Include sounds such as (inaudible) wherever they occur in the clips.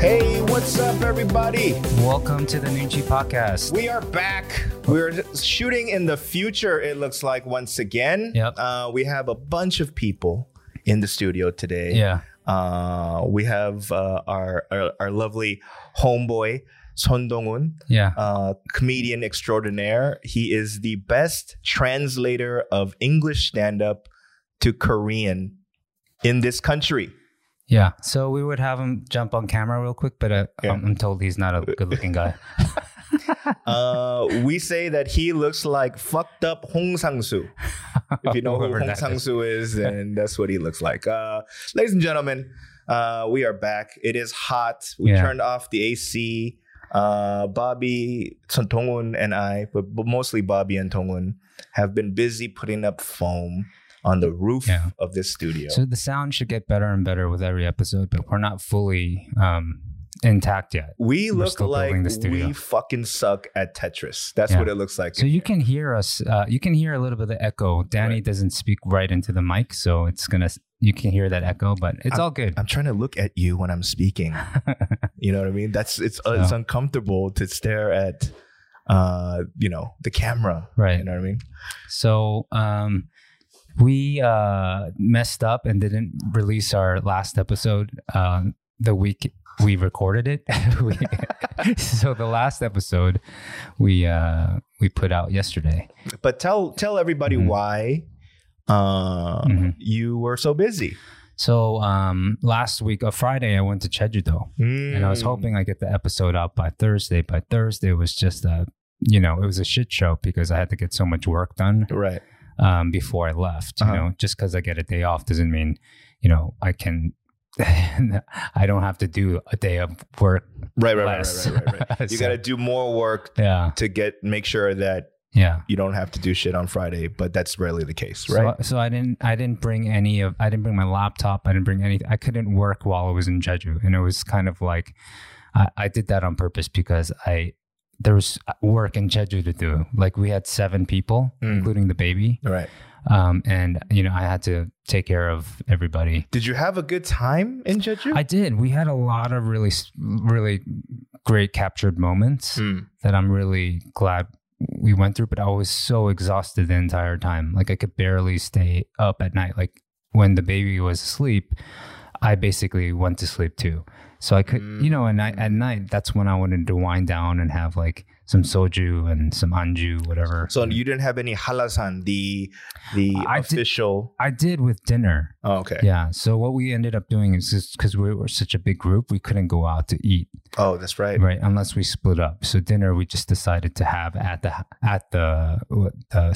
Hey, what's up, everybody? Welcome to the Nunchi Podcast. We are back. We're shooting in the future, it looks like, once again. Yep. Uh, we have a bunch of people in the studio today. Yeah. Uh, we have uh, our, our, our lovely homeboy, Son Dong-un, Yeah. uh, comedian extraordinaire. He is the best translator of English stand-up to Korean in this country. Yeah. So we would have him jump on camera real quick, but I, Yeah. I'm, I'm told he's not a good (laughs) looking guy. Uh, we say that he looks like fucked up Hong Sang-soo. If you know who Whoever Hong that is. Sang-soo is, then that's what he looks like. Uh, ladies and gentlemen, uh, we are back. It is hot. We Yeah. turned off the AC. Uh, Bobby, Son Tongun, and I, but, but mostly Bobby and Tongun, have been busy putting up foam on the roof Yeah. of this studio. So the sound should get better and better with every episode, but we're not fully um, intact yet. we we're look still like building the studio. we fucking suck at Tetris. That's Yeah. what it looks like. So you can hear us. Uh, you can hear a little bit of echo. Danny Right. doesn't speak right into the mic, so it's gonna. You can hear that echo, but it's all good. I'm trying to look at you when I'm (laughs) speaking. You know what I mean? That's it's uh, it's uncomfortable to stare at uh you know the camera. You right. know what I mean? So um, we uh, messed up and didn't release our last episode uh, the week we recorded it. (laughs) we, so the last episode we uh, we put out yesterday. But tell tell everybody Mhm. why uh Mhm. you were so busy. So um, last week, a Friday, I went to Jeju-do, and I was Mm. hoping I get the episode out by Thursday. By Thursday was just a you know it was a shit show because I had to get so much work done. Mm, right. um, before I left. You Uh-huh. know, just because I get a day off doesn't mean, you know, I can, (laughs) I don't have to do a day of work. Right, right, right, Less. right, right, (laughs) right, right. You So- got to do more work Yeah, to get make sure that yeah. you don't have to do shit on Friday, but that's rarely the case, So- right? So, I didn't, I didn't bring any of, I didn't bring my laptop. I didn't bring any. I couldn't work while I was in Jeju, and it was kind of like, I, I did that on purpose because I. There was work in Jeju to do. Like we had seven people, Mm. including the baby, right. um, and you know I had to take care of everybody. Did you have a good time in Jeju? I did. We had a lot of really, s- really great captured moments Mm. that I'm really glad we went through. But I was so exhausted the entire time. Like I could barely stay up at night. Like when the baby was asleep, I basically went to sleep too. So I could, you know, and I, Mm. at night, that's when I wanted to wind down and have like some soju and some anju, whatever. So you didn't have any halasan, the the I did- official. I did with dinner. oh, okay. Yeah. So what we ended up doing is just because we were such a big group, we couldn't go out to eat. Oh, that's right. right unless we split up so dinner we just decided to have at the at the uh,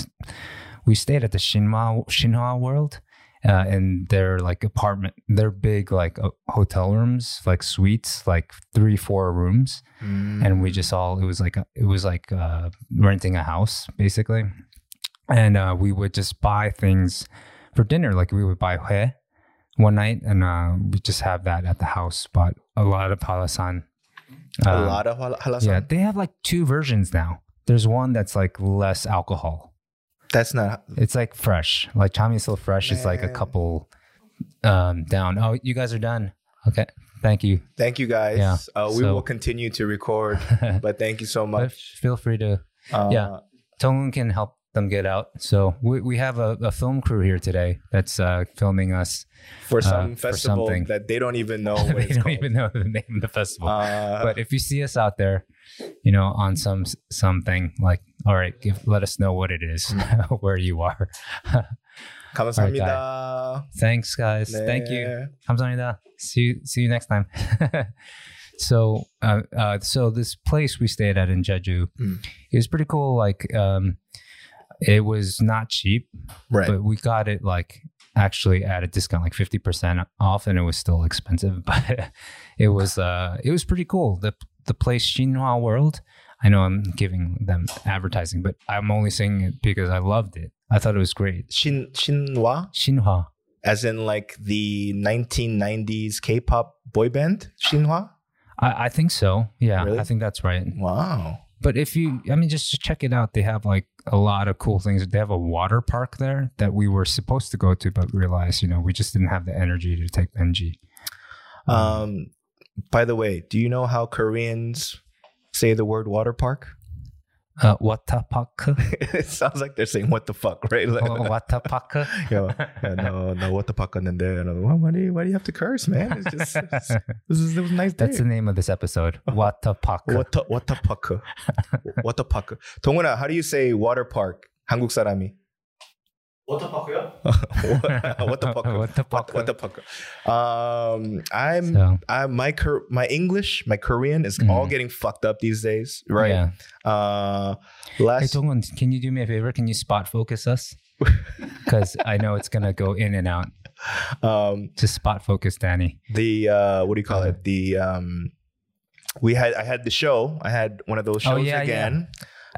we stayed at the shinhwa shinhwa world uh, and their like apartment their big like uh, hotel rooms like suites like three four rooms Mm. and we just all it was like a, it was like uh, renting a house basically and uh, we would just buy things for dinner like we would buy hue one night and uh, we just have that at the house but a lot of palasan a um, lot of hal- halasan. yeah they have like two versions now there's one that's like less alcohol That's not it's like fresh like chami is still fresh it's like a Man. couple um, down oh you guys are done okay thank you Thank you guys. Yeah, Uh, we so- will continue to (laughs) record, but thank you so but much. feel free to Uh, yeah. Tongun can help them get out. So we, we have a, a film crew here today that's uh, filming us. For some Uh, for festival something. that they don't even know (laughs) what (laughs) they it's don't called. even know the name of the festival. Uh, but if you see us out there, you know, on some something like, all right, give, let us know what it is, (laughs) where you are. 감사합니다. Thanks, guys. Thank you. 네. 감사합니다. See you, see you next time. (laughs) so, uh, uh, so this place we stayed at in Jeju, Mm. it was pretty cool. Like, um, it was not cheap, Right. but we got it like actually at a discount, like fifty percent off, and it was still expensive, (laughs) but it was uh, it was pretty cool. The the place Xinhua World. I know I'm giving them advertising, but I'm only saying it because I loved it. I thought it was great. Shin Shinhwa, Xinhua. as in like the 1990s K-pop boy band Shinhwa. I, I think so. Yeah, Really? I think that's right. Wow. But if you, I mean, just check it out. They have like a lot of cool things. They have a water park there that we were supposed to go to, but realized, you know, we just didn't have the energy to take Benji. Um, by the way, do you know how Koreans say the word water park? (laughs) Uh, Watapak. (laughs) it sounds like they're saying what the fuck, right? Like, Oh, Watapak. (laughs) yo, yeah, no, no, what the fuck, and then there, and I'm like, why, why do you, why do you have to curse, man? It's just, it's, this is, it was a nice day. That's the name of this episode. Watapak. What (laughs) the what the fuck? what the fuck? 동훈아, how do you say water park? 한국 사람이. 워터파크요? (laughs) what the fuck? (laughs) What the fuck? What, what the fuck? Um, I'm, So, I'm my Kor- my English, my Korean is all Mm. getting fucked up these days, right? Yeah. Uh, Hey, last Tongun, can you do me a favor? Can you spot focus us? (laughs) Because I know it's going to go in and out. um, Just spot focus Danny. the uh, what do you call Okay. it? The um, we had I had the show. I had one of those Oh, shows yeah, again.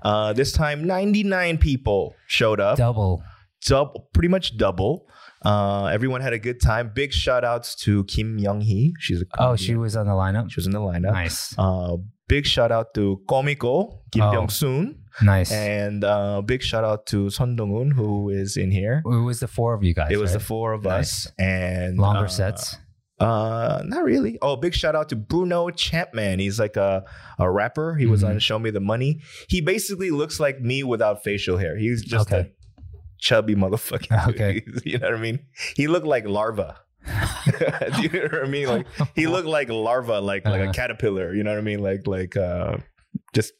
Uh, this time, 99 people showed up, Double. double, pretty much double. Uh, everyone had a good time. Big shout outs to Kim Young Hee. She's a Oh, she comedian. was on the lineup? she was in the lineup. Nice. Uh, big shout out to Komiko Kim Oh. Byung Soon, Nice. and uh, big shout out to Son Dong Un who is in here. It was the four of you guys. it was the right? four of Nice. us and longer uh, sets. Uh, not really. Oh, big shout out to Bruno Champman. He's like a, a rapper. He was Mhm. on Show Me the Money. He basically looks like me without facial hair. He's just Okay. a chubby motherfucker. dude. (laughs) Okay. (laughs) you know what I mean? He looked like (laughs) larva. (laughs) Do you know what I mean? Like he looked like larva, like like Uh-huh. a caterpillar. You know what I mean? Like like uh, just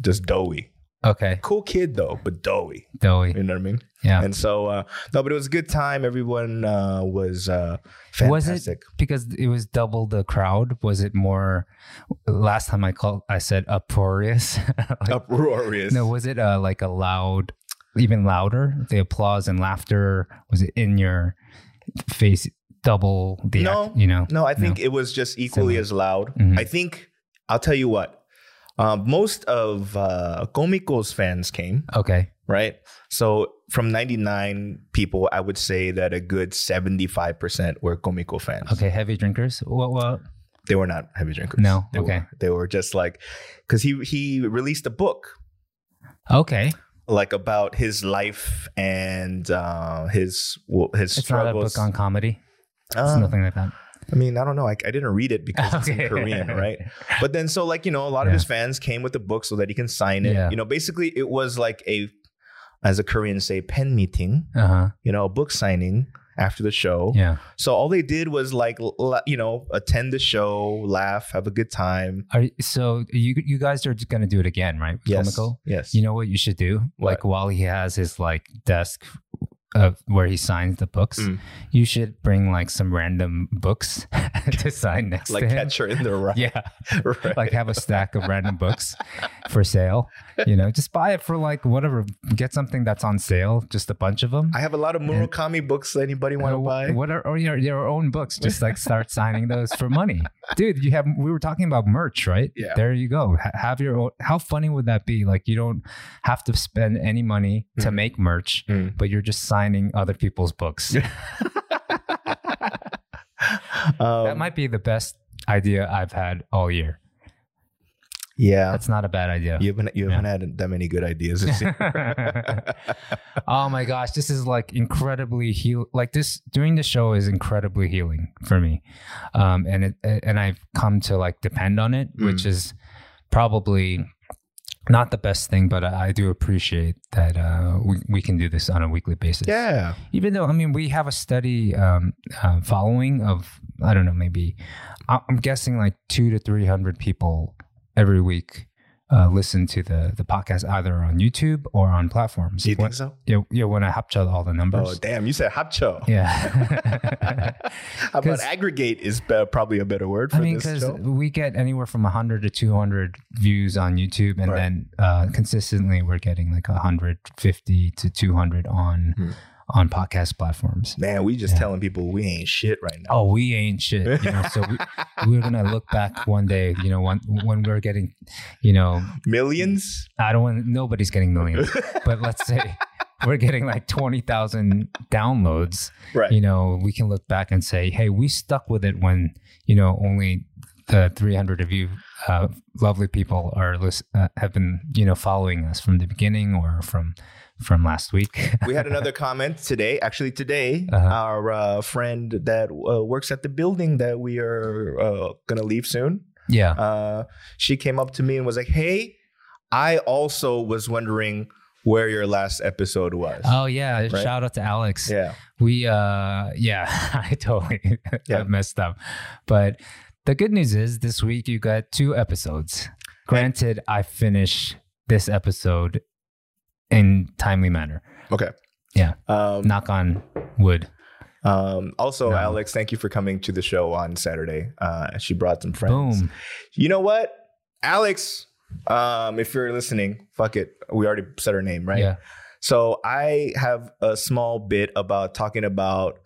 just doughy. Okay, Cool kid though, but doughy. Doey. You know what I mean? Yeah, And so uh, no, but it was a good time. Everyone uh, was uh, Was it- fantastic. because it was double the crowd. Was it more? Last time I called, I said uproarious. (laughs) Like, uproarious. No, was it uh, like a loud, even louder? The applause and laughter. Was it in your face? Double the No. act- you know. No, I think it was just equally as loud. Mhm. I think I'll tell you what. Uh, most of uh, Comico's fans came, Okay. right? So from 99 people, I would say that a good 75% were Comico fans. Okay. Heavy drinkers. What? What? They were not heavy drinkers. No, They okay. Were, they were just like, because he, he released a book Okay. like about his life and uh, his well, his It's not a struggles. book on comedy. It's Uh, nothing like that. I mean, I don't know. I, I didn't read it because it's in (laughs) Okay. Korean, right? But then, so like you know, a lot of Yeah. his fans came with the book so that he can sign it. Yeah. You know, basically, it was like a, as a Korean say, pen meeting. Uh huh. You know, a book signing after the show. Yeah. So all they did was like, l- l- you know, attend the show, laugh, have a good time. Are you- so you you guys are going to do it again, right? with Yes, Comico? yes. You know what you should do? Like while he has his like desk uh, where he signs the books, Mm. you should bring like some random books (laughs) (laughs) to sign next like to him. catcher in (laughs) the rye. Yeah, (laughs) right. like have a stack of random books for sale. You know, just buy it for like whatever. Get something that's on sale, just a bunch of them. I have a lot of Murakami books. that Anybody want to Uh, buy? What are or your, your own books? Just like start signing those for money, dude. You have we were talking about merch, right? Yeah. There you go. Ha- have your own. How funny would that be? Like you don't have to spend any money to Mm. make merch, Mm. but you're just signing other people's books. Um, that might be the best idea I've had all year. yeah. That's not a bad idea. You haven't you haven't had that many good ideas. (laughs) it seems. oh my gosh, this is like incredibly heal. Like this doing the show is incredibly healing for me, um, and it and I've come to like depend on it, Mm. which is probably not the best thing, but I, I do appreciate that uh, we we can do this on a weekly basis. yeah. Even though I mean we have a steady um, uh, following of I don't know maybe I- I'm guessing like two to three hundred people every week. Uh, listen to the the podcast either on YouTube or on platforms. Do you When- think so? yeah, yeah. When I hapcha all the Oh, numbers. damn! You said hapcho. (laughs) yeah. (laughs) How about 'Cause- aggregate is be- probably a better word for I mean, this because show. we get anywhere from 100 to 200 views on YouTube, and Right. then uh, consistently we're getting like 150 to 200 on Hmm. on podcast platforms. Man, we just Yeah. telling people we ain't shit right now. Oh, we ain't shit. You know, so (laughs) we, we're gonna look back one day. You know, when when we're getting, you know, Millions? I don't want nobody's getting millions, but let's (laughs) say we're getting like 20,000 downloads. Right. you know, we can look back and say, hey, we stuck with it when, you know, only the 300 of you uh, lovely people are lis- uh, have been you know following us from the beginning or from from last week. (laughs) we had another comment today. Actually, today, Uh-huh. our uh, friend that uh, works at the building that we are uh, gonna leave soon, yeah. uh, she came up to me and was like, "Hey, I also was wondering where your last episode was." Oh yeah! Right. Shout out to Alex. yeah, We uh yeah, (laughs) I totally (laughs) Yeah. messed up. But the good news is this week you got two episodes. Granted, I finish this episode in timely manner. okay, Yeah. Um, Knock on wood. um, also, No. Alex, thank you for coming to the show on Saturday. Uh, she brought some friends. Boom. You know what, Alex? Um, if you're listening, fuck it. We already said her name, right? Yeah. So I have a small bit about talking about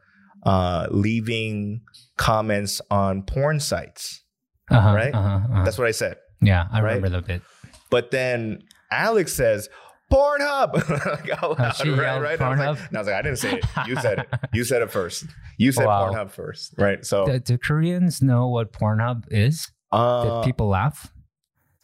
uh, leaving comments on porn sites. Uh-huh, Right? Uh-huh, uh-huh. That's what I said. yeah, I right? remember the bit. But then Alex says, Pornhub. (laughs) like, out Oh, loud, she right? yelled right? And I was like- Pornhub? and I was like, I didn't say it. You said it. You said it first. You said (laughs) Wow. Pornhub first. Right. So Do, do Koreans know what Pornhub is? Did uh, people laugh?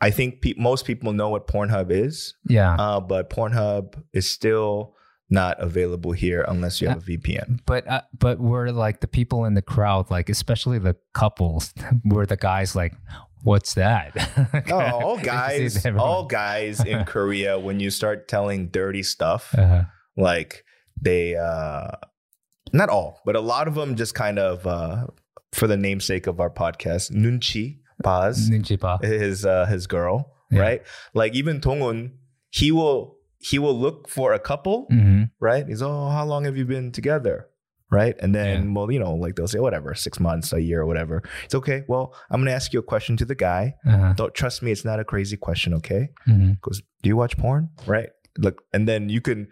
I think pe- most people know what Pornhub is, Yeah. uh, but Pornhub is still not available here unless you have a (laughs) VPN. but uh, but we're like the people in the crowd, like especially the couples, (laughs) were the guys like, "What's that?" (laughs) Oh, all You see guys, everyone. all guys in Korea, when you start telling dirty stuff, Uh, like they uh not all but a lot of them just kind of uh for the namesake of our podcast nunchi paz Ninja Ba. his uh his girl Yeah. right like even tongun he will he will look for a couple Mhm. right he's oh how long have you been together right and then well you know like they'll say "Oh, whatever six months a year or whatever it's okay well i'm gonna ask you a question to the guy Uh-huh. don't trust me it's not a crazy question okay (laughs) Mhm. goes do you watch porn right look and then you can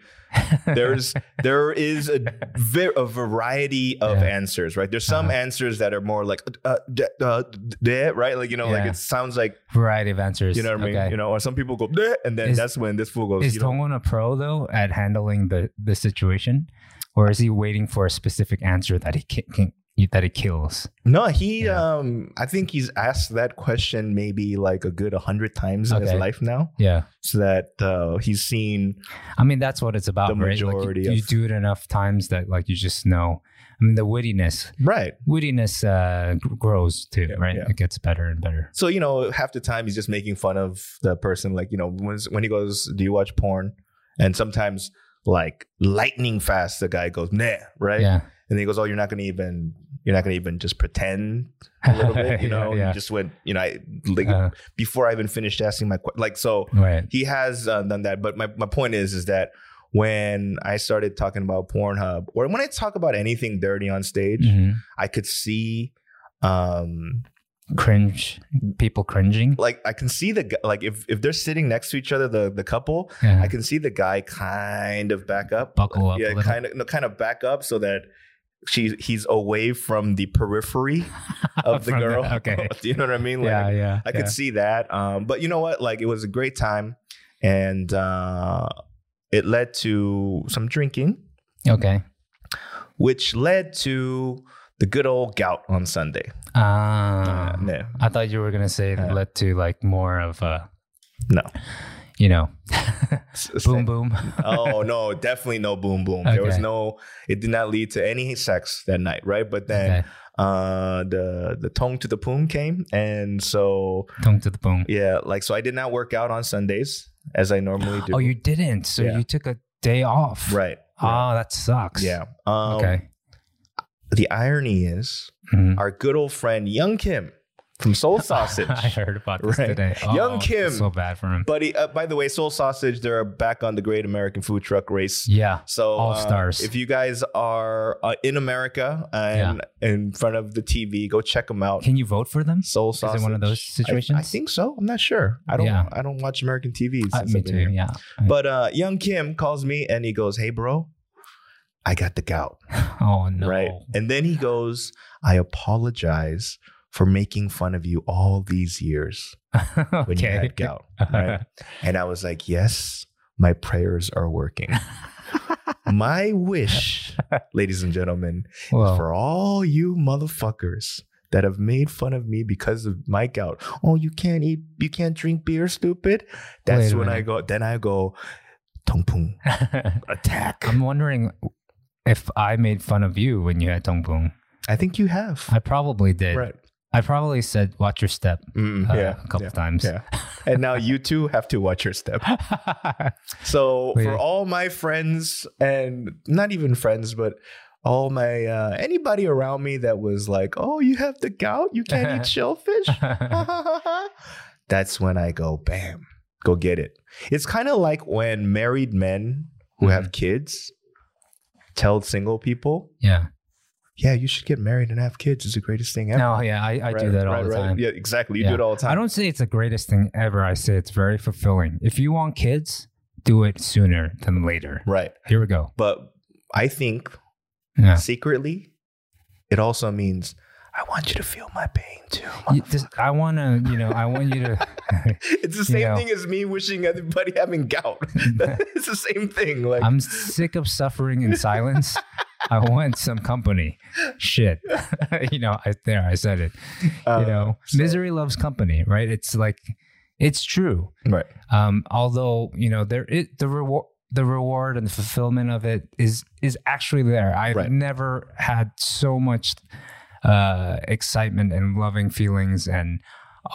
there's there is a, ver- a variety of Yeah. answers right there's some Uh-huh. answers that are more like uh, d- uh, d- right like you know like Yeah. it sounds like (laughs) variety of answers. you know what I mean Okay. you know or some people go "Duh," and then Is- that's when this fool goes is you know, Tongon a pro though at handling the the situation, or is he waiting for a specific answer that he can, can that he kills? no he Yeah. um I think he's asked that question maybe like a good 100 times in Okay. his life now Yeah. so that uh, he's seen I mean, that's what it's about, The right? Like, you- majority you, of- do it enough times that like you just know. I mean, the wittiness, right wittiness uh, g- grows too, Yeah, right? yeah. It gets better and better. So you know, half the time he's just making fun of the person. Like you know, when when he goes, "Do you watch porn?" and sometimes like lightning fast, the guy goes, "Nah," right? Yeah. And then he goes, "Oh, you're not gonna even you're not gonna even just pretend a little (laughs) bit, you Yeah, know? yeah. You just went, you know, I, like Uh, before I even finished asking my question, like so." right. He has uh, done that, but my, my point is is that when I started talking about Pornhub, or when I talk about anything dirty on stage, Mhm. I could see um Cringe. People cringing. like I can see the gu- like if if they're sitting next to each other, the the couple, Yeah. I can see the guy kind of back up, Buckle up a yeah, little. kind of no, kind of back up so that she he's away from the (laughs) periphery of the From girl. okay. Do you know what I mean? (laughs) Like, yeah. Yeah. I could yeah. see that. Um, but you know what? Like it was a great time, and uh, it led to some drinking, Okay. which led to the good old gout on Sunday. Ah. Uh, no, I thought you were gonna say that Uh, led to like more of a. No. You know, S- s- boom boom. oh no, definitely no boom boom. There was Okay. no. It did not lead to any sex that night, right? But then (laughs) okay. uh, the the tongue to the poom came, and so Tongue to the boom. yeah, like so I did not work out on Sundays as I (gasps) normally do. Oh, you didn't. So Yeah. you took a day off. right? Oh, that sucks. Yeah. Um, Okay. The irony is, (laughs) Mhm. our good old friend Young Kim from Soul (laughs) I Sausage. heard about this Right. today. Young Oh, Kim. So bad for him. Buddy, uh, by the way, Soul Sausage, they're back on the Great American Food Truck Race. Yeah. So All uh, stars. if you guys are uh, in America and in front of the TV, go check them out. Can you vote for them? Soul Is sausage. it one of those I- situations? I, think so. I'm not sure. I don't. Yeah. I don't watch American TV. Since Uh, I've me been too. here. Yeah. But uh, young Kim calls me and he goes, "Hey, bro, I got the gout, oh no. (laughs) right?" And then he goes, "I apologize for making fun of you all these years when you okay. had (laughs) gout." Right? and I was like, "Yes, my prayers are working." (laughs) my wish, ladies and gentlemen, Well, for all you motherfuckers that have made fun of me because of Mike out. Oh, you can't eat, you can't drink beer, stupid. That's Wait a when I minute. go. Then I go, Tongpung (laughs) attack. (laughs) I'm wondering if I made fun of you when you had Tongbong. I think you have. I probably did. right. I probably said, watch your step Mm, uh, yeah. a couple yeah. times. (laughs) Yeah. And now you two have to watch your step. So Wait. for all my friends and not even friends, but all my uh, anybody around me that was like, "Oh, you have the gout, you can't eat (laughs) shellfish," (laughs) that's when I go, "Bam, go get it." It's kind of like when married men who Mm-hmm. have kids tell single people, yeah. "Yeah, you should get married and have kids. It's the greatest thing ever." No, yeah, I, I do Right, that all right, the right. time. Yeah, exactly. You Yeah. do it all the time. I don't say it's the greatest thing ever. I say it's very fulfilling. If you want kids, do it sooner than later. Right, Here we go. but I think Yeah. secretly, it also means I want you to feel my pain too. (laughs) You- this- I want to, you know, I want you to. It's the same Yeah. thing as me wishing everybody having (laughs) gout. (laughs) it's the same thing. (laughs) Like I'm sick of suffering in silence. I want some company. Shit. (laughs) you know, I, there, I said it. uh, you know, so- misery loves company, right? It's like, it's true. right, um, although you know there it, the reward the reward and the fulfillment of it is is actually there i've Right. never had so much uh excitement and loving feelings and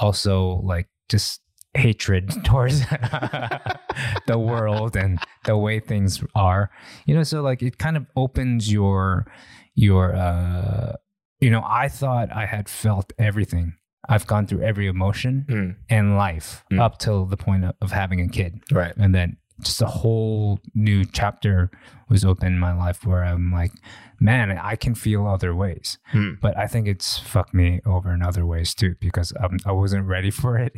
also like just hatred (laughs) towards the world and the way things are you know so like it kind of opens your your uh you know i thought i had felt everything i've gone through every emotion Mm. in life Mm. up till the point of, of having a kid right, and then just a whole new chapter was open in my life where i'm like man i can feel other ways Mm. but i think it's fucked me over in other ways too because um, i wasn't ready for it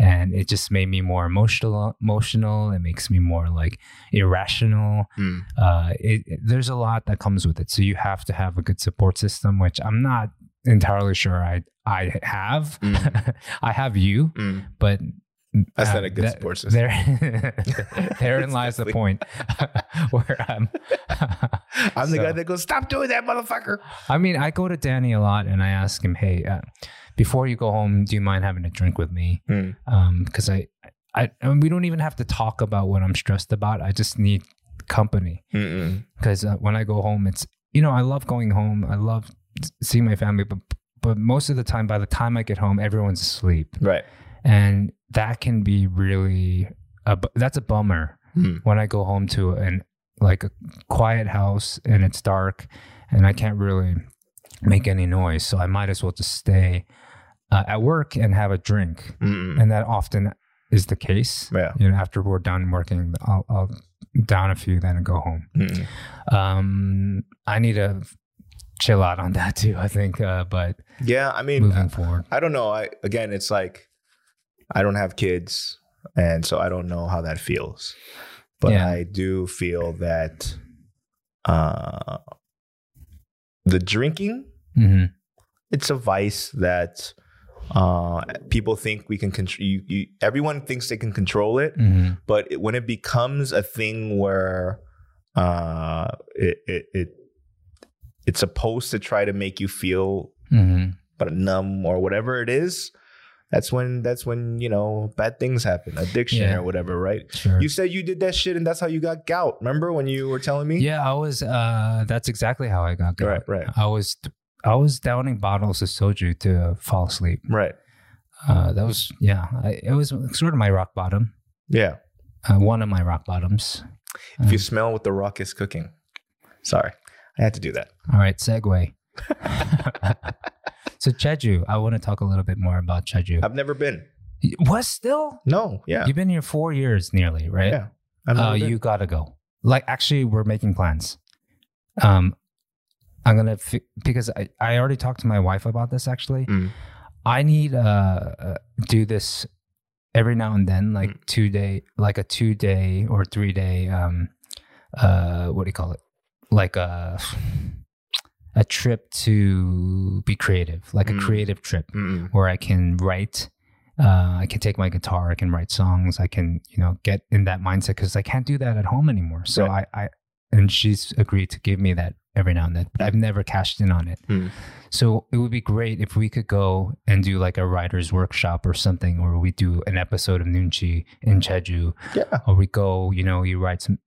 and it just made me more emotional emotional it makes me more like irrational Mm. uh, it, it- there's a lot that comes with it. So you have to have a good support system, which I'm not entirely sure I I have. Mm. (laughs) I have you, Mm. but That's uh, not a good that- sports system. There, (laughs) therein lies the point (laughs) where I'm. (laughs) I'm the so- guy that goes, "Stop doing that, motherfucker." I mean, I go to Danny a lot and I ask him, "Hey, uh, before you go home, do you mind having a drink with me?" Mm. Because I, I, I mean, we don't even have to talk about what I'm stressed about. I just need company Mm-mm. because uh, when I go home, it's you know I love going home. I love s- seeing my family, but but most of the time, by the time I get home, everyone's asleep, Right. and that can be really a, bu- that's a bummer Mm. when I go home to an like a quiet house and it's dark and I can't really make any noise, so I might as well just stay uh, at work and have a drink, Mm-mm. and that often is the case. mm, Yeah. You know, after we're done working, I'll, I'll down a few, then go home Mm-mm. um i need to chill out on that too i think uh but Yeah. I mean, moving forward I don't know. I again, it's like I don't have kids, and so I don't know how that feels. But Yeah. I do feel that uh, the drinking hmm it's a vice that uh, people think we can control. You, you, everyone thinks they can control it, hmm but it, when it becomes a thing where uh, it, it it it's supposed to try to make you feel hmm but numb or whatever it is, that's when that's when you know bad things happen, addiction Yeah. or whatever, right? sure You said you did that shit, and that's how you got gout. Remember when you were telling me? yeah i was uh that's exactly how i got going. Right, right, i was i was downing bottles of soju to fall asleep right. uh that was yeah I, it was sort of my rock bottom Yeah. uh, one of my rock bottoms If Mm. you smell what the rock is cooking, sorry, I had to do that. all (laughs) right segue so cheju i want to talk a little bit more about cheju I've never been. what still No, yeah, you've been here four years nearly right yeah. I've never Uh, been. you gotta go. Like, actually, we're making plans. Um, I'm gonna fi- because I, I already talked to my wife about this. Actually, Mm. I need uh, uh do this every now and then, like Mm. two day, like a two day or three day um uh what do you call it? Like a a trip to be creative, like Mm. a creative trip (laughs) Mm-mm. where I can write. Uh, I can take my guitar. I can write songs. I can, you know, get in that mindset because I can't do that at home anymore. So I, I, and she's agreed to give me that every now and then. But I've never cashed in on it. Hmm. So it would be great if we could go and do like a writer's workshop or something, or we do an episode of Nunchi in Jeju, Yeah. or we go, you know, you write some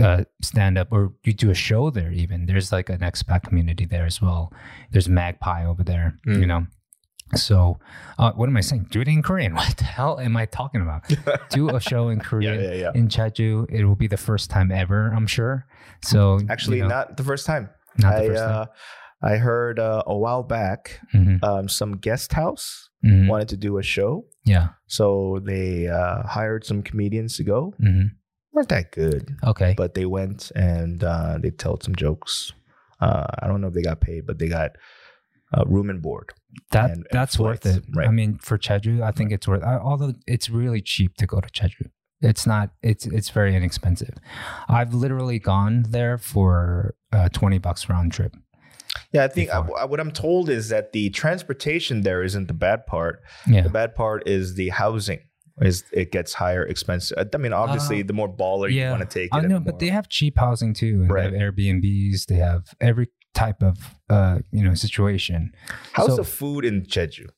uh, stand up, or you do a show there. Even there's like an expat community there as well. There's Magpie over there, Mm. you know. So, uh, what am I saying? Do it in Korean. (laughs) What the hell am I talking about? (laughs) do a show in Yeah, Korean yeah, yeah. in Jeju. It will be the first time ever, I'm sure. So Actually, you know, not the first time. not the I, first Mm-hmm. Uh, I heard uh, a while back time. um, some guest house hmm hmm wanted to do a show. Yeah. So they uh, hired some comedians to go. hmm Weren't that good, Okay. but they went and uh, they told some jokes. Uh, I don't know if they got paid, but they got uh, room and board. that and- and that's worth flights, it. right. I mean, for Jeju, I think it's worth. I, although it's really cheap to go to Jeju, it's not. It's it's very inexpensive. I've literally gone there for uh, twenty bucks round trip. Yeah, I think I, Before. I- what I'm told is that the transportation there isn't the bad part. Yeah. The bad part is the housing. Is it gets higher expensive? I mean, obviously, Uh, the more baller yeah. you want to take it, I and know, the but more- they have cheap housing too. And Right. They have Airbnbs. They have every type of uh, you know situation. how's so- the food in Jeju?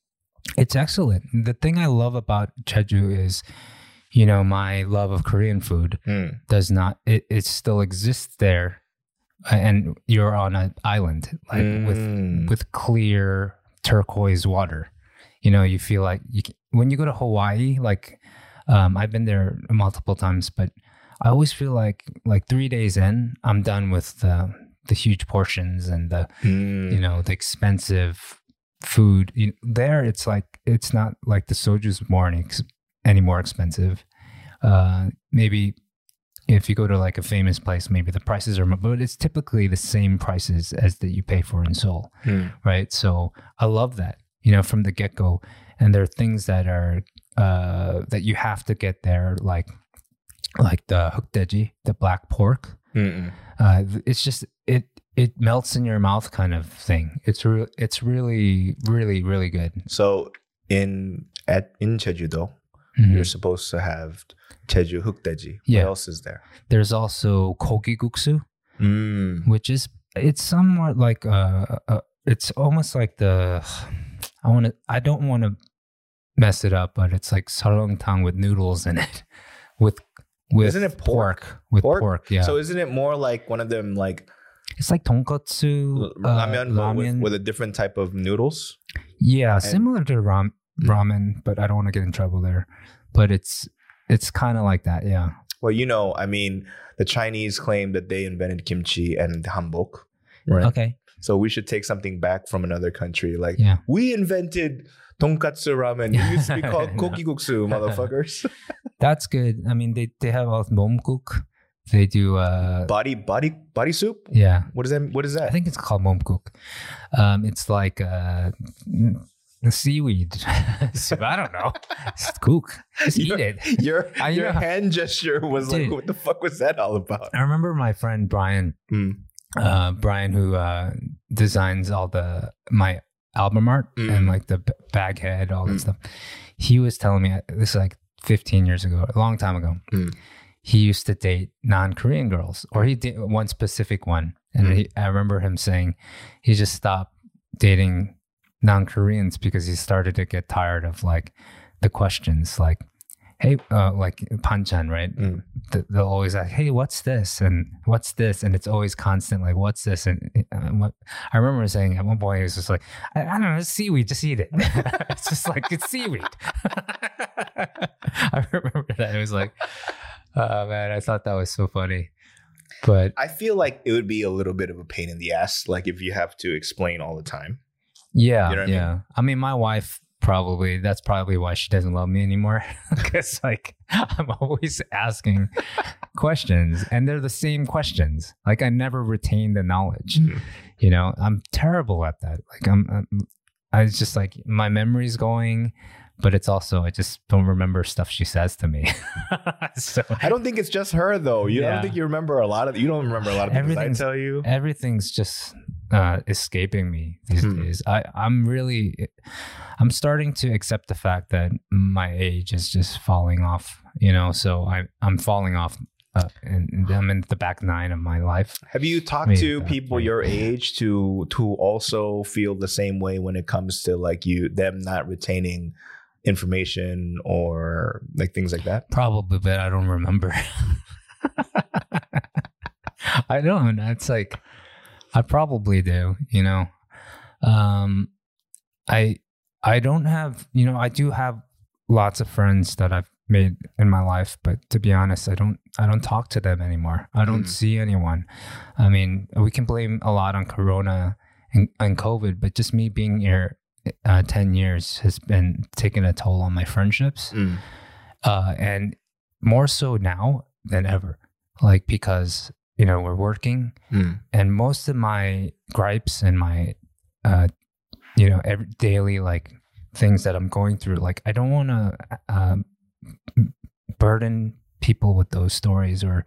It's excellent. The thing I love about Jeju is, you know, my love of Korean food Hmm. does not, it, it still exists there. And you're on an island, like with, Mm. with clear turquoise water. You know, you feel like you can, when you go to Hawaii, like, um, I've been there multiple times, but I always feel like, like three days in, I'm done with the, the huge portions and the, Mm. you know the expensive food you there it's like it's not like the soju's more any, ex- any more expensive uh maybe if you go to like a famous place maybe the prices are mo- but it's typically the same prices as that you pay for in seoul Hmm. right so i love that you know from the get-go and there are things that are uh that you have to get there like like the hukdeji the black pork Mm-mm. uh, th- it's just it it melts in your mouth kind of thing. It's re- it's really really really good. So in at in Jeju though, Mhm. you're supposed to have Jeju hukdaeji. Yeah. What else is there? There's also kogi guksu, Mm. which is it's somewhat like uh, uh it's almost like the I want to I don't want to mess it up, but it's like sarongtang with noodles in it (laughs) with with Isn't it pork? pork, with Pork? pork, yeah. So isn't it more like one of them like it's like tonkotsu l- uh, ramen, but with, with a different type of noodles? Yeah, similar to ram- ramen, but I don't want to get in trouble there. But it's it's kind of like that, yeah. Well, you know, I mean, the Chinese claim that they invented kimchi and hanbok, right? Okay. So we should take something back from another country. Like Yeah. we invented tonkatsu ramen. It (laughs) used to be called No. kokiguksu, (laughs) motherfuckers. That's good. I mean, they they have all momkuk. They do uh body body body soup. yeah. What is that? What is that? I think it's called momkuk. Um it's like uh mm, seaweed. (laughs) So, I don't know. It's cook. Just eat You're- (laughs) it. your I your know. hand gesture was like, Dude. what the fuck was that all about? I remember my friend Brian Mm. uh, Brian, who uh, designs all the my album art Mm. and like the b- bag head, all that Mm. stuff. He was telling me uh, this is like 15 years ago, a long time ago. Mm. He used to date non-Korean girls, or he did one specific one, and Mm. he, I remember him saying he just stopped dating non-Koreans because he started to get tired of like the questions, like. Hey, uh, like panchan, right? Mm. th- they'll always like, "Hey, what's this?" and "What's this?" and it's always constant, like, "What's this?" and, and what I remember saying at one point, it was just like, "I, I don't know, it's seaweed, just eat it." (laughs) it's just like it's seaweed. (laughs) I remember that it was like, oh man, I thought that was so funny, but I feel like it would be a little bit of a pain in the ass, like if you have to explain all the time. yeah, You know what I mean? yeah. I mean? my wife probably that's probably why she doesn't love me anymore (laughs) because like (laughs) I'm always asking questions, and they're the same questions. Like I never retain the knowledge. you know i'm terrible at that like i'm, I'm i was just like my memory's going but it's also i just don't remember stuff she says to me (laughs) so I don't think it's just her though. You I don't Yeah. e- think you remember a lot of. You don't remember a lot of things I Everything's- tell you. everything's just uh, escaping me these Hmm. days i i'm really i'm starting to accept the fact that my age is just falling off you know so i i'm falling off uh, and I'm in the back nine of my life. Have you talked Maybe to that people might- your age to to also feel the same way when it comes to like you them not retaining information or like things like that? Probably, but I don't remember. (laughs) I don't. It's like I probably do, you know. Um I I don't have, you know, I do have lots of friends that I've made in my life, but to be honest, I don't I don't talk to them anymore. I don't Mm. see anyone. I mean, we can blame a lot on corona and, and COVID, but just me being here uh, 10 years has been taking a toll on my friendships uh, and more so now than ever. Like because you know we're working, Mm. and most of my gripes and my, uh, you know, every daily like things that I'm going through, like I don't want to uh, burden people with those stories or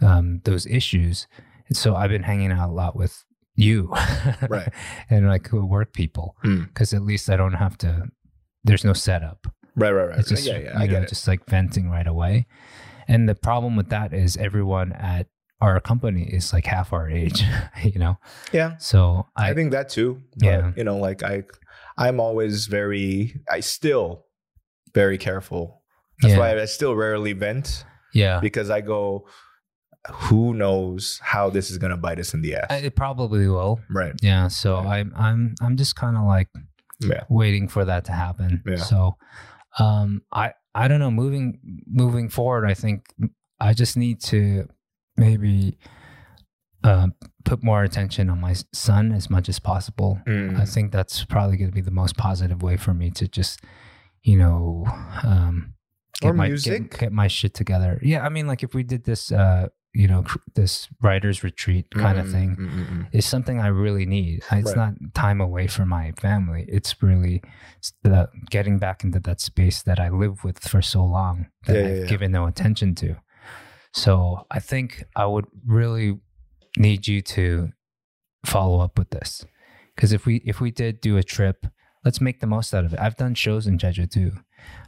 um, those issues. And so I've been hanging out a lot with you, (laughs) Right. and like who work people, Mm. because at least I don't have to. There's no setup. Right, right, right. It's just yeah, yeah, you I know, get it. just like venting right away. And the problem with that is everyone at our company is like half our age, (laughs) you know. Yeah. So I, I, think that too. Yeah. But, you know, like I I'm always very I still very careful. That's yeah, why I still rarely vent yeah. because I go, who knows how this is gonna bite us in the ass. I- it probably will. right. Yeah. So Yeah. I'm I'm I'm just kind of like Yeah. waiting for that to happen. Yeah. So um I I don't know moving moving forward I think I just need to maybe uh, put more attention on my son as much as possible. Mm. I think that's probably going to be the most positive way for me to just, you know, um, Or my, music. Get, get my shit together. Yeah, I mean, like if we did this, uh, you know, cr- this writers retreat kind of Mm, thing, mm, mm, mm. is something I really need. I- It's Right. not time away from my family. It's really s- the getting back into that space that I live with for so long that Yeah, yeah, I've yeah. given no attention to. So I think I would really need you to follow up with this because if we if we did do a trip, let's make the most out of it. I've done shows in Jeju too.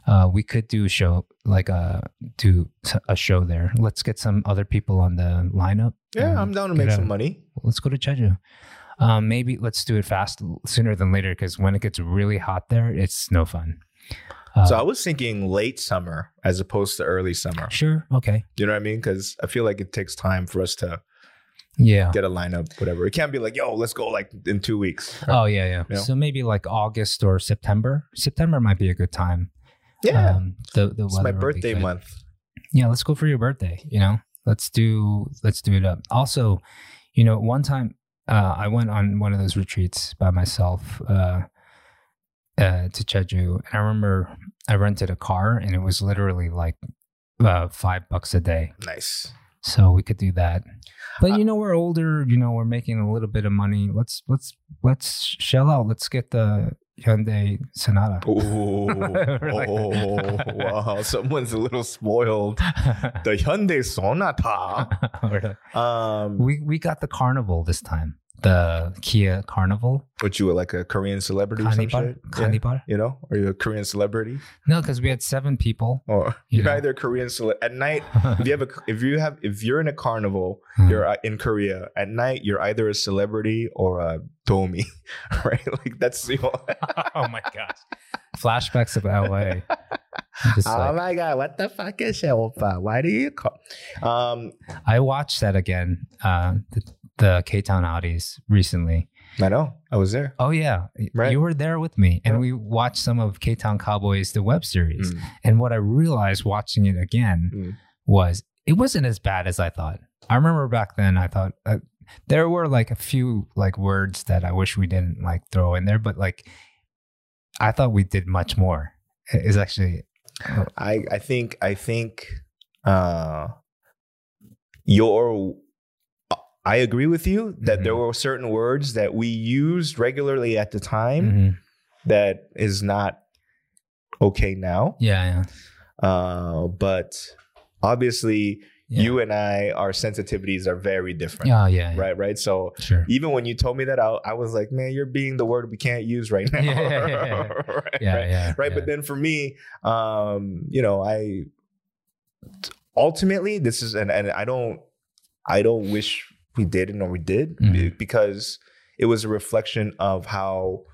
Uh, we could do a show like a do s- a show there. Let's get some other people on the lineup. and Yeah, I'm down to get make a- some money. let's go to Jeju. Um, maybe let's do it fast sooner than later because when it gets really hot there, it's no fun. Uh, So I was thinking late summer as opposed to early summer. sure, okay, You know what I mean? Because I feel like it takes time for us to Uh. yeah. get a lineup, whatever. It can't be like, yo, let's go like in two weeks. Oh yeah, yeah, Yeah. So maybe like August or September. September might be a good time. yeah, um, the, the it's my weather will be birthday good. month. yeah let's go for your birthday you know let's do let's do it up also you know one time uh, i went on one of those retreats by myself uh, uh, to jeju and i remember i rented a car and it was literally like uh, five bucks a day Nice. so we could do that Uh, but you know we're older you know we're making a little bit of money let's let's let's shell out let's get the hyundai sonata (laughs) (laughs) Ooh, oh, like- wow. Someone's a little spoiled. The Hyundai (laughs) Sonata. We're like, Um, We we got the carnival this time. The Kia Carnival. what you were like a Korean celebrity or some Carnival. shit? Yeah. Carnival. You know, are you a Korean celebrity? No, because we had (laughs) seven people. Or You you're know. either Korean cele- at night. If you have a, if you have, if you're in a carnival, Hmm. you're uh, in Korea at night. You're either a celebrity or a domi, (laughs) right? Like that's the. oh my gosh. Flashbacks of LA. (laughs) I'm Just like, Oh my god! What the fuck is Sheopa? Why do you call? Um, I watched that again, uh, the, the K Town Audis recently. I know. I was there. Oh, yeah. Y- Right. You were there with me. And Yeah. we watched some of K Town Cowboys, the web series. Mm. And what I realized watching it again Mm. was it wasn't as bad as I thought. I remember back then I thought uh, there were like a few like words that I wish we didn't like throw in there, but like I thought we did much more. It- It's actually I I think I think uh, your uh, I agree with you that Mm-hmm. there were certain words that we used regularly at the time Mhm. that is not okay now. yeah, yeah, Uh, but obviously, yeah. you and I, our sensitivities are very different. yeah, yeah, yeah. Right, right. So sure. even when you told me that, I, I was like, man, you're being the word we can't use right now. Yeah, yeah, (laughs) yeah, yeah. (laughs) right, Yeah, right. yeah, right. But yeah. then for me, um, you know, I ultimately this is and, and i don't i don't wish we didn't or we did Mhm. be- because it was a reflection of how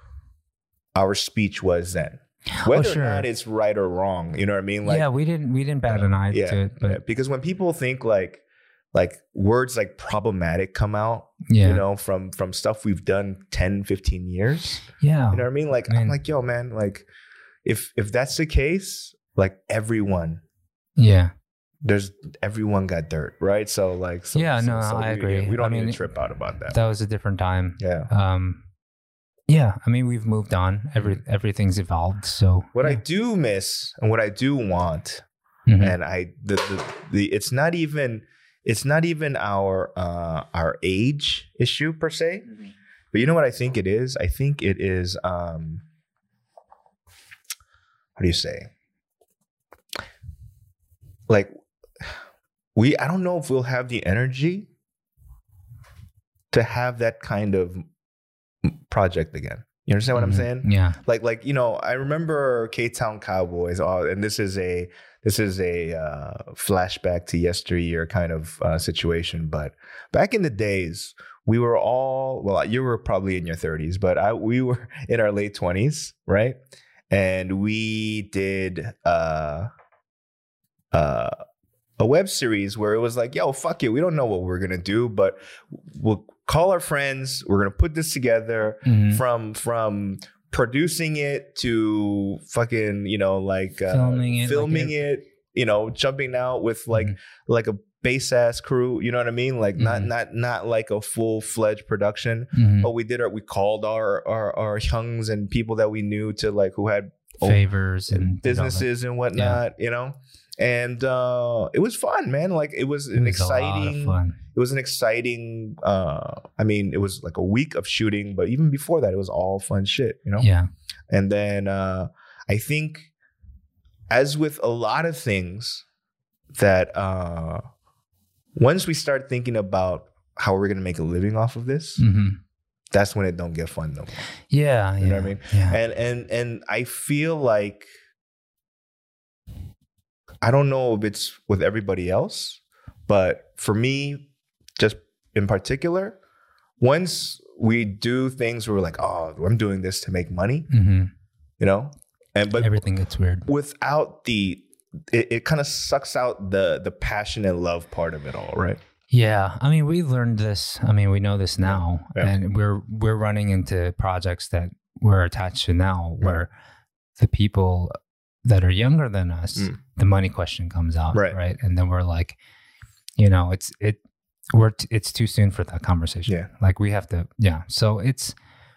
our speech was then whether Oh, sure. or not it's right or wrong you know what i mean like uh, yeah, we didn't we didn't bat an eye yeah, to it, yeah, but because when people think like like words like problematic come out yeah, you know from from stuff we've done 10 15 years yeah, you know what i mean like i'm Man. like yo man like if if that's the case like everyone yeah. there's everyone got dirt right so like so, Yeah, so- no, so I we- agree. we don't I need mean, to trip out about that, That was a different time. yeah Um, yeah, I mean we've moved on. Every everything's evolved. So what i do miss and what i do want Mhm. and i the, the the it's not even it's not even our uh our age issue per se But you know what I think it is? I think it is um how do you say? Like we I don't know if we'll have the energy to have that kind of project again. You understand what Mhm. I'm saying? Yeah, like like you know i remember k-town cowboys uh, and this is a this is a uh, flashback to yesteryear kind of uh, situation but back in the days we were all well you were probably in your 30s but i we were (laughs) in our late 20s right and we did uh uh a web series where it was like, yo, fuck it, we don't know what we're gonna do, but we'll call our friends, we're gonna put this together, Mhm. from from producing it to fucking you know like uh, Filming it, like filming it- it, you know, jumping out with like Mhm. like a base ass crew. You know what I mean? Like not Mhm. not not like a full fledged production. Mhm. But we did our we called our our our youngs and people that we knew to like who had oh, favors and and all that. businesses and whatnot. You know. And uh, it was fun, man. Like it was an It was a lot of exciting fun. it was an exciting uh i mean it was like a week of shooting but even before that it was all fun shit you know Yeah, and then uh i think as with a lot of things that uh once we start thinking about how we're gonna make a living off of this hmm that's when it don't get fun no more yeah, yeah. You know what I mean? Yeah. and and and I feel like I don't know if it's with everybody else, but for me, just in particular, once we do things where we're like, oh, I'm doing this to make money, hmm you know, and but Everything gets weird. without the it, it kind of sucks out the the passion and love part of it all, right? Yeah, I mean, we learned this. I mean, we know this now, Yeah. and we're we're running into projects that we're attached to now, Yeah. where the people that are younger than us, Mm. the money question comes out, Right. Right, and then we're like, you know, it's it, we're t- it's too soon for that conversation. Yeah. like we have to, yeah. So it's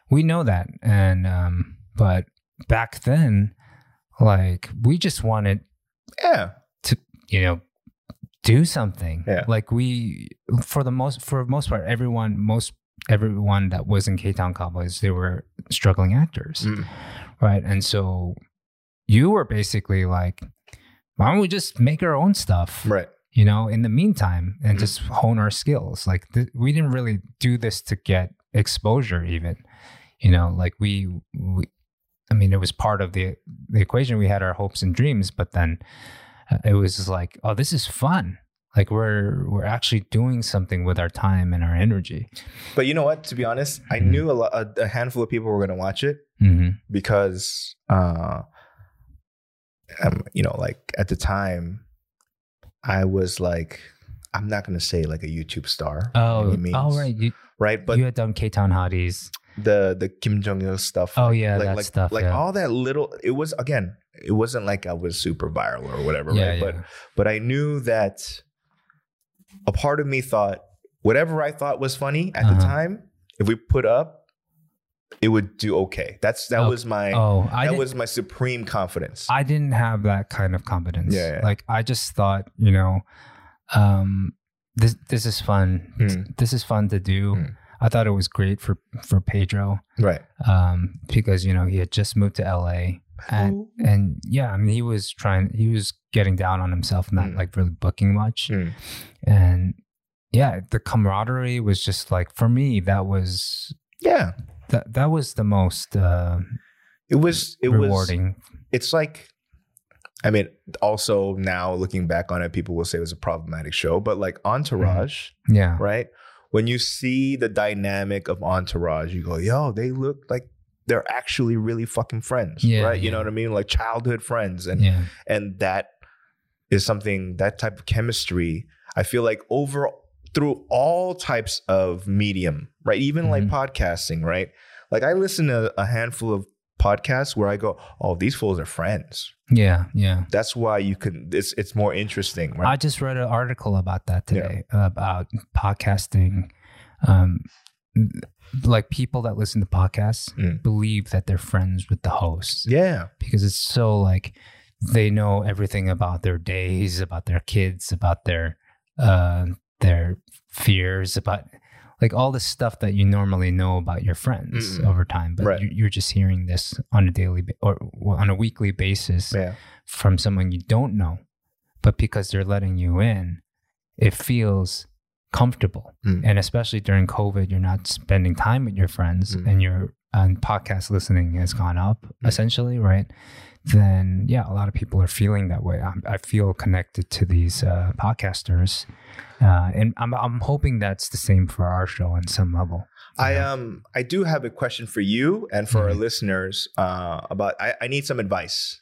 we know that, and um, but back then, like we just wanted Yeah, you know do something Yeah. like we for the most for most part everyone most everyone that was in k-town cowboys they were struggling actors Mm. right and so you were basically like why don't we just make our own stuff right. you know in the meantime and Mhm. just hone our skills like th- we didn't really do this to get exposure even you know like we, we i mean it was part of the the equation we had our hopes and dreams but then uh, it was just like oh this is fun like we're we're actually doing something with our time and our energy But you know what? To be honest, I Mhm. knew a, lo- a, a handful of people were going to watch it. hmm because uh um, you know like at the time i was like i'm not gonna say like a youtube star by oh any means, all right you, right but you had done k-town hotties the the kim jong-il stuff oh yeah like that like, stuff like yeah. all that little it was again it wasn't like i was super viral or whatever yeah, right yeah. but but i knew that a part of me thought whatever i thought was funny at the Uh-huh. time if we put up it would do okay that's that Okay. was my oh i that did- was my supreme confidence. I didn't have that kind of confidence. Yeah, yeah. Like I just thought, you know, um, this this is fun. Mm. This is fun to do. Mm. I thought it was great for for Pedro right. um, because you know he had just moved to LA and and yeah, I mean he was trying. He was getting down on himself, not Mm. like really booking much, Mm. and yeah, the camaraderie was just like for me that was yeah. that that was the most uh, It was it was rewarding. it's like I mean, also now looking back on it, people will say it was a problematic show, but like Entourage, Yeah. right? When you see the dynamic of Entourage, you go, yo, they look like they're actually really fucking friends, Yeah, right? You yeah. know what I mean? Like childhood friends. And Yeah. and that is something that type of chemistry i feel like over through all types of medium right even like Mhm. podcasting right like i listen to a handful of podcasts where i go oh these fools are friends Yeah. Yeah. that's why you can it's it's more interesting I right just read an article about that Yeah. today about podcasting. Um, like people that listen to podcasts Mm. believe that they're friends with the hosts yeah because it's so like they know everything about their days, about their kids, about their uh, their fears, about like all the stuff that you normally know about your friends Mm. over time. But Right. you, you're just hearing this on a daily ba- or well, on a weekly basis yeah from someone you don't know, but because they're letting you in, it feels comfortable. Mm. And especially during COVID, you're not spending time with your friends Mm. and your and podcast listening has gone up Mm. essentially, right? Then yeah, a lot of people are feeling that way. I'm, I feel connected to these uh, podcasters, uh, and I'm I'm hoping that's the same for our show on some level. I Yeah. um I do have a question for you and for our Mhm. listeners uh, about I, I need some advice,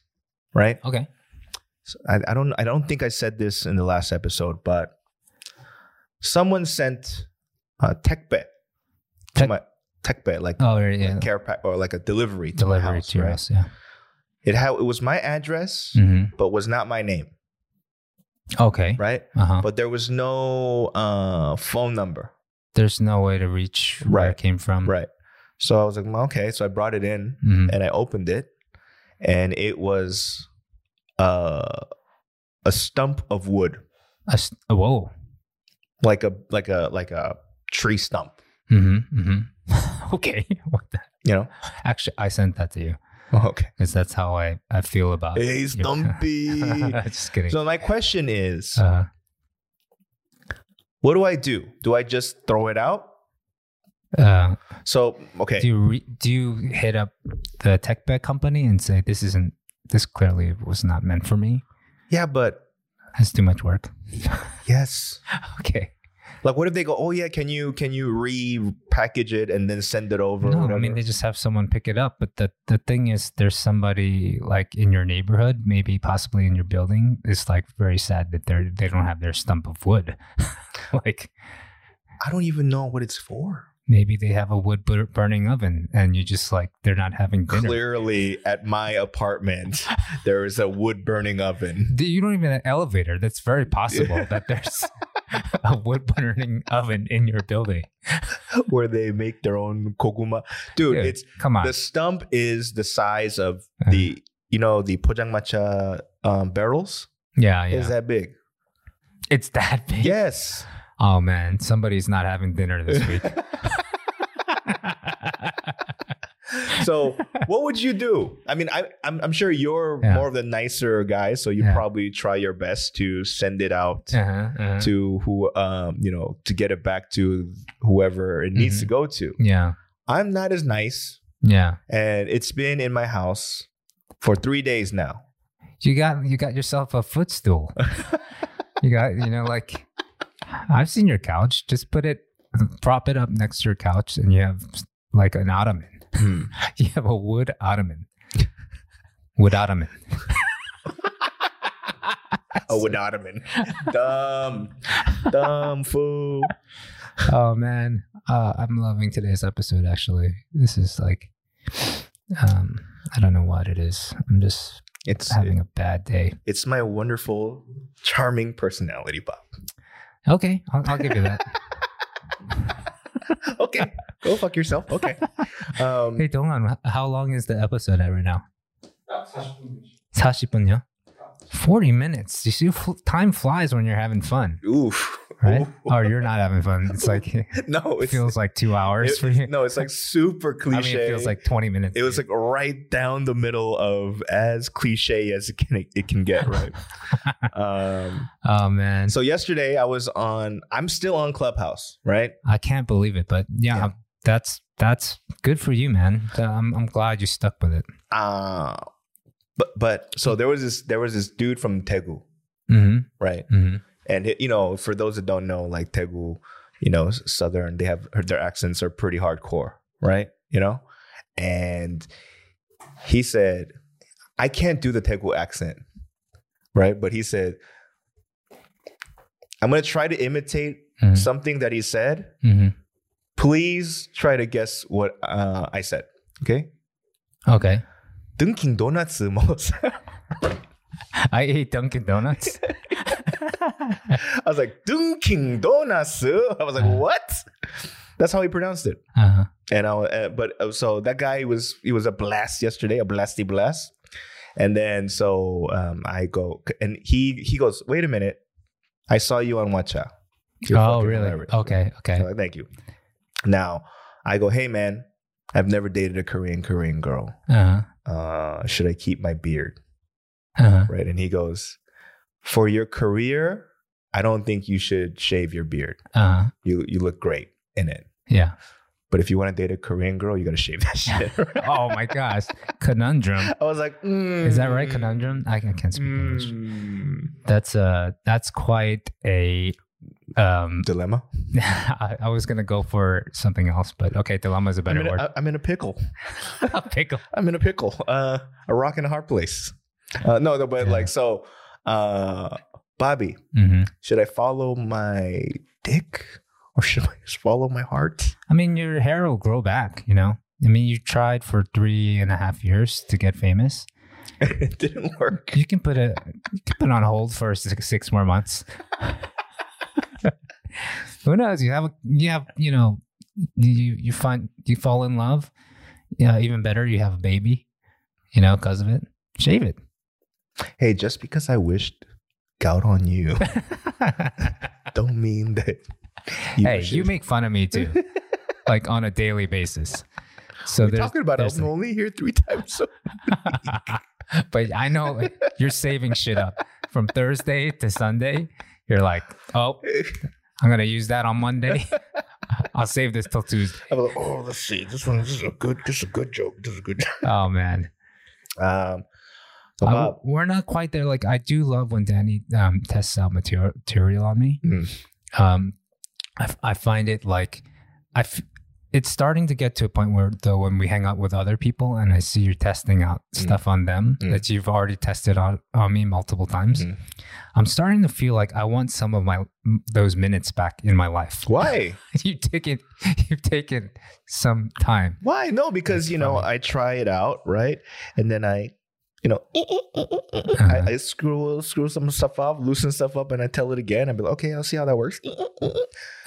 right? Okay. So I, I don't I don't think I said this in the last episode, but someone sent a tech bet to Tech- my tech bet like Oh yeah, a care pack or like a delivery to my delivery house, to your right? house. Yeah. It had it was my address, hmm but was not my name, Okay. right? Uh huh. But there was no uh, phone number, There's no way to reach where Right. it came from. right? So I was like, "Well, okay. So I brought it in hmm and I opened it, and it was uh, a stump of wood, A s- a- whoa. like a like a like a tree stump, Mm-hmm. Mm-hmm. (laughs) okay. What the? you know? (laughs) Actually, I sent that to you Okay. because that's how I, I feel about Hey, your- Stumpy. (laughs) Just kidding. so my question is, uh, what do I do? Do I just throw it out? uh, So do okay, you re- do you hit up the tech bet company and say this isn't this clearly was not meant for me? yeah, but That's too much work. (laughs) yes. Okay. Like, what if they go? Oh yeah, can you can you repackage it and then send it over? or No, I whatever? mean they just have someone pick it up. But the the thing is, there's somebody like in your neighborhood, maybe possibly in your building, is like very sad that they're they don't have their stump of wood. (laughs) like I don't even know what it's for. maybe they have a wood bur- burning oven and you just like they're not having dinner Clearly, at my apartment, (laughs) there is a wood burning oven. (laughs) Th- you don't even have an elevator that's very possible Yeah. (laughs) that there's a wood burning oven in your building where they make their own kokuma. Dude, Yeah. it's come on Uh, the stump is the size of the you know the pojangmacha um, barrels. yeah yeah Is that big? it's that big Yes. oh man somebody's not having dinner (laughs) this week (laughs) so what would you do? I mean, I, I'm, I'm sure you're Yeah. more of the nicer guy, so you Yeah. probably try your best to send it out Uh-huh, uh-huh. to who, um, you know, to get it back to whoever it needs to Mm-hmm. go to. yeah I'm not as nice, yeah and it's been in my house for three days now. you got you got yourself a (laughs) footstool you got you know like i've seen your couch just put it prop it up next to your couch and you have like an ottoman (laughs) (laughs) You have a wood ottoman. wood ottoman. A wood Oh, (laughs) ottoman, dumb, dumb fool. Oh man, uh, I'm loving today's episode. Actually, this is like, um, I don't know what it is. I'm just It's having a bad day. it's my wonderful, charming personality, Bob. Okay, I'll, I'll give you (laughs) that. okay, go fuck yourself. (laughs) Okay. Um, hey, Dongan, h- how long is the episode at right now? 딱 40분. 40분요? 40 minutes. You see, fl- time flies when you're having fun, Oof. (laughs) right? Oof. or you're not having fun. It's like it No, it's, feels like two hours it- for you. no, it's like super I cliche. mean, it feels like 20 minutes. It was like right down the middle of as cliche as it can it can get, (laughs) right? um, oh man. so yesterday I was on. I'm still on Clubhouse, right? I can't believe it, but yeah, Yeah. that's that's good for you, man. Uh, I'm I'm glad you stuck with it. Uh, But but so there was this there was this dude from Tegu, Mm-hmm. right? Mm-hmm. And it- you know, for those that don't know, like Tegu, you know, s- Southern, they have their accents are pretty hardcore, right? You know, and he said, I can't do the Tegu accent, right? But he said, I'm gonna try to imitate Mhm. something that he said. Mm-hmm. Please try to guess what uh, I said. Okay, Okay. Dunkin' Donuts (laughs) most. I ate Dunkin' (laughs) Donuts. I was like, Dunkin' Donuts. I was like, what? That's how he pronounced it. uh-huh. And I, wa- uh, but uh, so that guy was he was a blast yesterday, a blasty blast. And then so um, I go and he he goes, wait a minute, I saw you on Watcha. You're Oh, fucking really? hilarious." Okay. I'm Okay. like, Thank you. Now I go, hey man, I've never dated a Korean Korean girl. Uh-huh. Uh, should I keep my beard? Uh-huh. Right? And he goes, for your career, I don't think you should shave your beard. Uh-huh. you you look great in it. Yeah. But if you want to date a Korean girl, you gotta shave that (laughs) shit. Oh (laughs) my gosh. Conundrum. I was like, mm, Is that right? Conundrum? I, I can't speak English. mm. That's uh that's quite a um (laughs) Dilemma. I, I was gonna go for something else, but okay, dilemma is a I'm better in a, word. I- uh, I'm in a pickle. (laughs) (laughs) Pickle. I'm in a pickle. Uh, a rock in a hard place. Uh, no, no, but Yeah. like so, uh, Bobby, hmm should I follow my dick or should I just follow my heart? (laughs) I mean, your hair will grow back. You know, I mean, you tried for three and a half years to get famous. it didn't work. You can put a you can put it on hold for six, six more months. (laughs) Who knows? You have a, you have you know you you find you fall in love. Yeah, even better, you have a baby. You know, because of it, shave it. (laughs) Hey, just because I wished gout on (laughs) you, don't mean that. You hey, wish you it- make fun of (laughs) me too, like on a daily basis. So We're there's, talking about it. there's I'm only here three (laughs) times. So but I know you're saving shit up from Thursday to Sunday. You're like, oh, I'm gonna use that on Monday. (laughs) I'll save this till Tuesday. I'm like, oh, let's see. This one, this is a good, this is a good joke. This is a good. Joke. Oh man, Um, so I- Bob, we're not quite there. Like I do love when Danny um, tests out material material on me. Mm. Um, I, f- I find it like I. F- it's starting to get to a point where though when we hang out with other people and I see you're testing out Mm. stuff on them Mm. that you've already tested on, on me multiple times, Mm. I'm starting to feel like I want some of my those minutes back in my life. (laughs) why? (laughs) you've taken you've taken some time. Why? No, because you know I try it out, right? And then I, you know, (laughs) Uh-huh. I, I screw screw some stuff up, loosen stuff up, and I tell it again. I'd be like, okay, I'll see how that (laughs) works.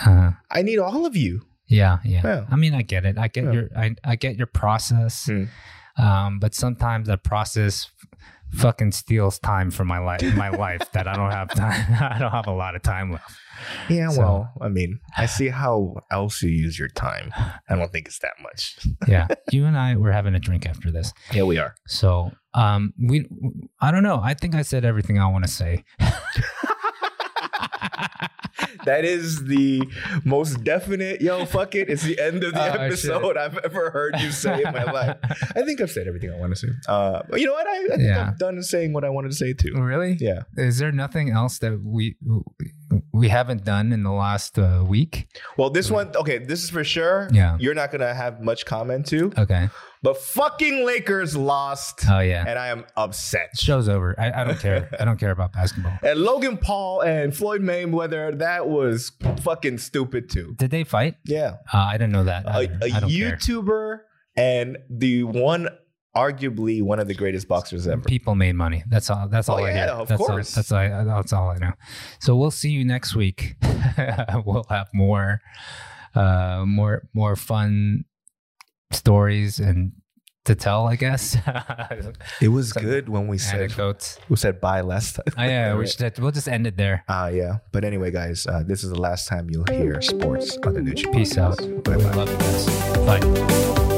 Uh, I need all of you. Yeah, yeah. Yeah. I mean, I get it. I get Yeah. your I, I get your process. Mm. Um, but sometimes that process f- fucking steals time from my life my life that I don't have time (laughs) I don't have a lot of time left. Yeah, So- well, I mean, I see how else you use your (sighs) time. I don't think it's that much. Yeah. you and I were having a drink after this. Yeah, we are. So, um we I don't know. I think I said everything I want to say. That is the most definite, yo, fuck it. It's the end of the (laughs) Oh, shit. episode I've ever heard you say in my life. I think I've said everything I want to say. Uh, but you know what? I, I think Yeah. I'm done saying what I wanted to say too. really? Yeah. Is there nothing else that we we haven't done in the last uh, week? Well, this one, okay, this is for sure. Yeah. You're not going to have much comment to, Okay. but fucking Lakers lost, Oh yeah. and I am upset. Show's over. I, I don't care. I don't care about basketball. And Logan Paul and Floyd Mayweather, that was fucking stupid too. Did they fight? Yeah. Uh, I didn't know that. a, either. a I don't care. YouTuber and the one, arguably one of the greatest boxers ever. People made money. That's all. That's Oh, all I yeah, hear. of that's course. All, that's all. I, that's all I know. So we'll see you next week. (laughs) we'll have more, uh, more, more fun stories and to tell. I guess (laughs) It was Some good when we said (laughs) anecdotes. we said bye last time. Oh, yeah, we Right. should, we'll just end it there. Ah, yeah. But anyway, guys, uh, this is the last time you'll hear sports on the Nucci. Peace out. Bye bye. Love you guys. Bye.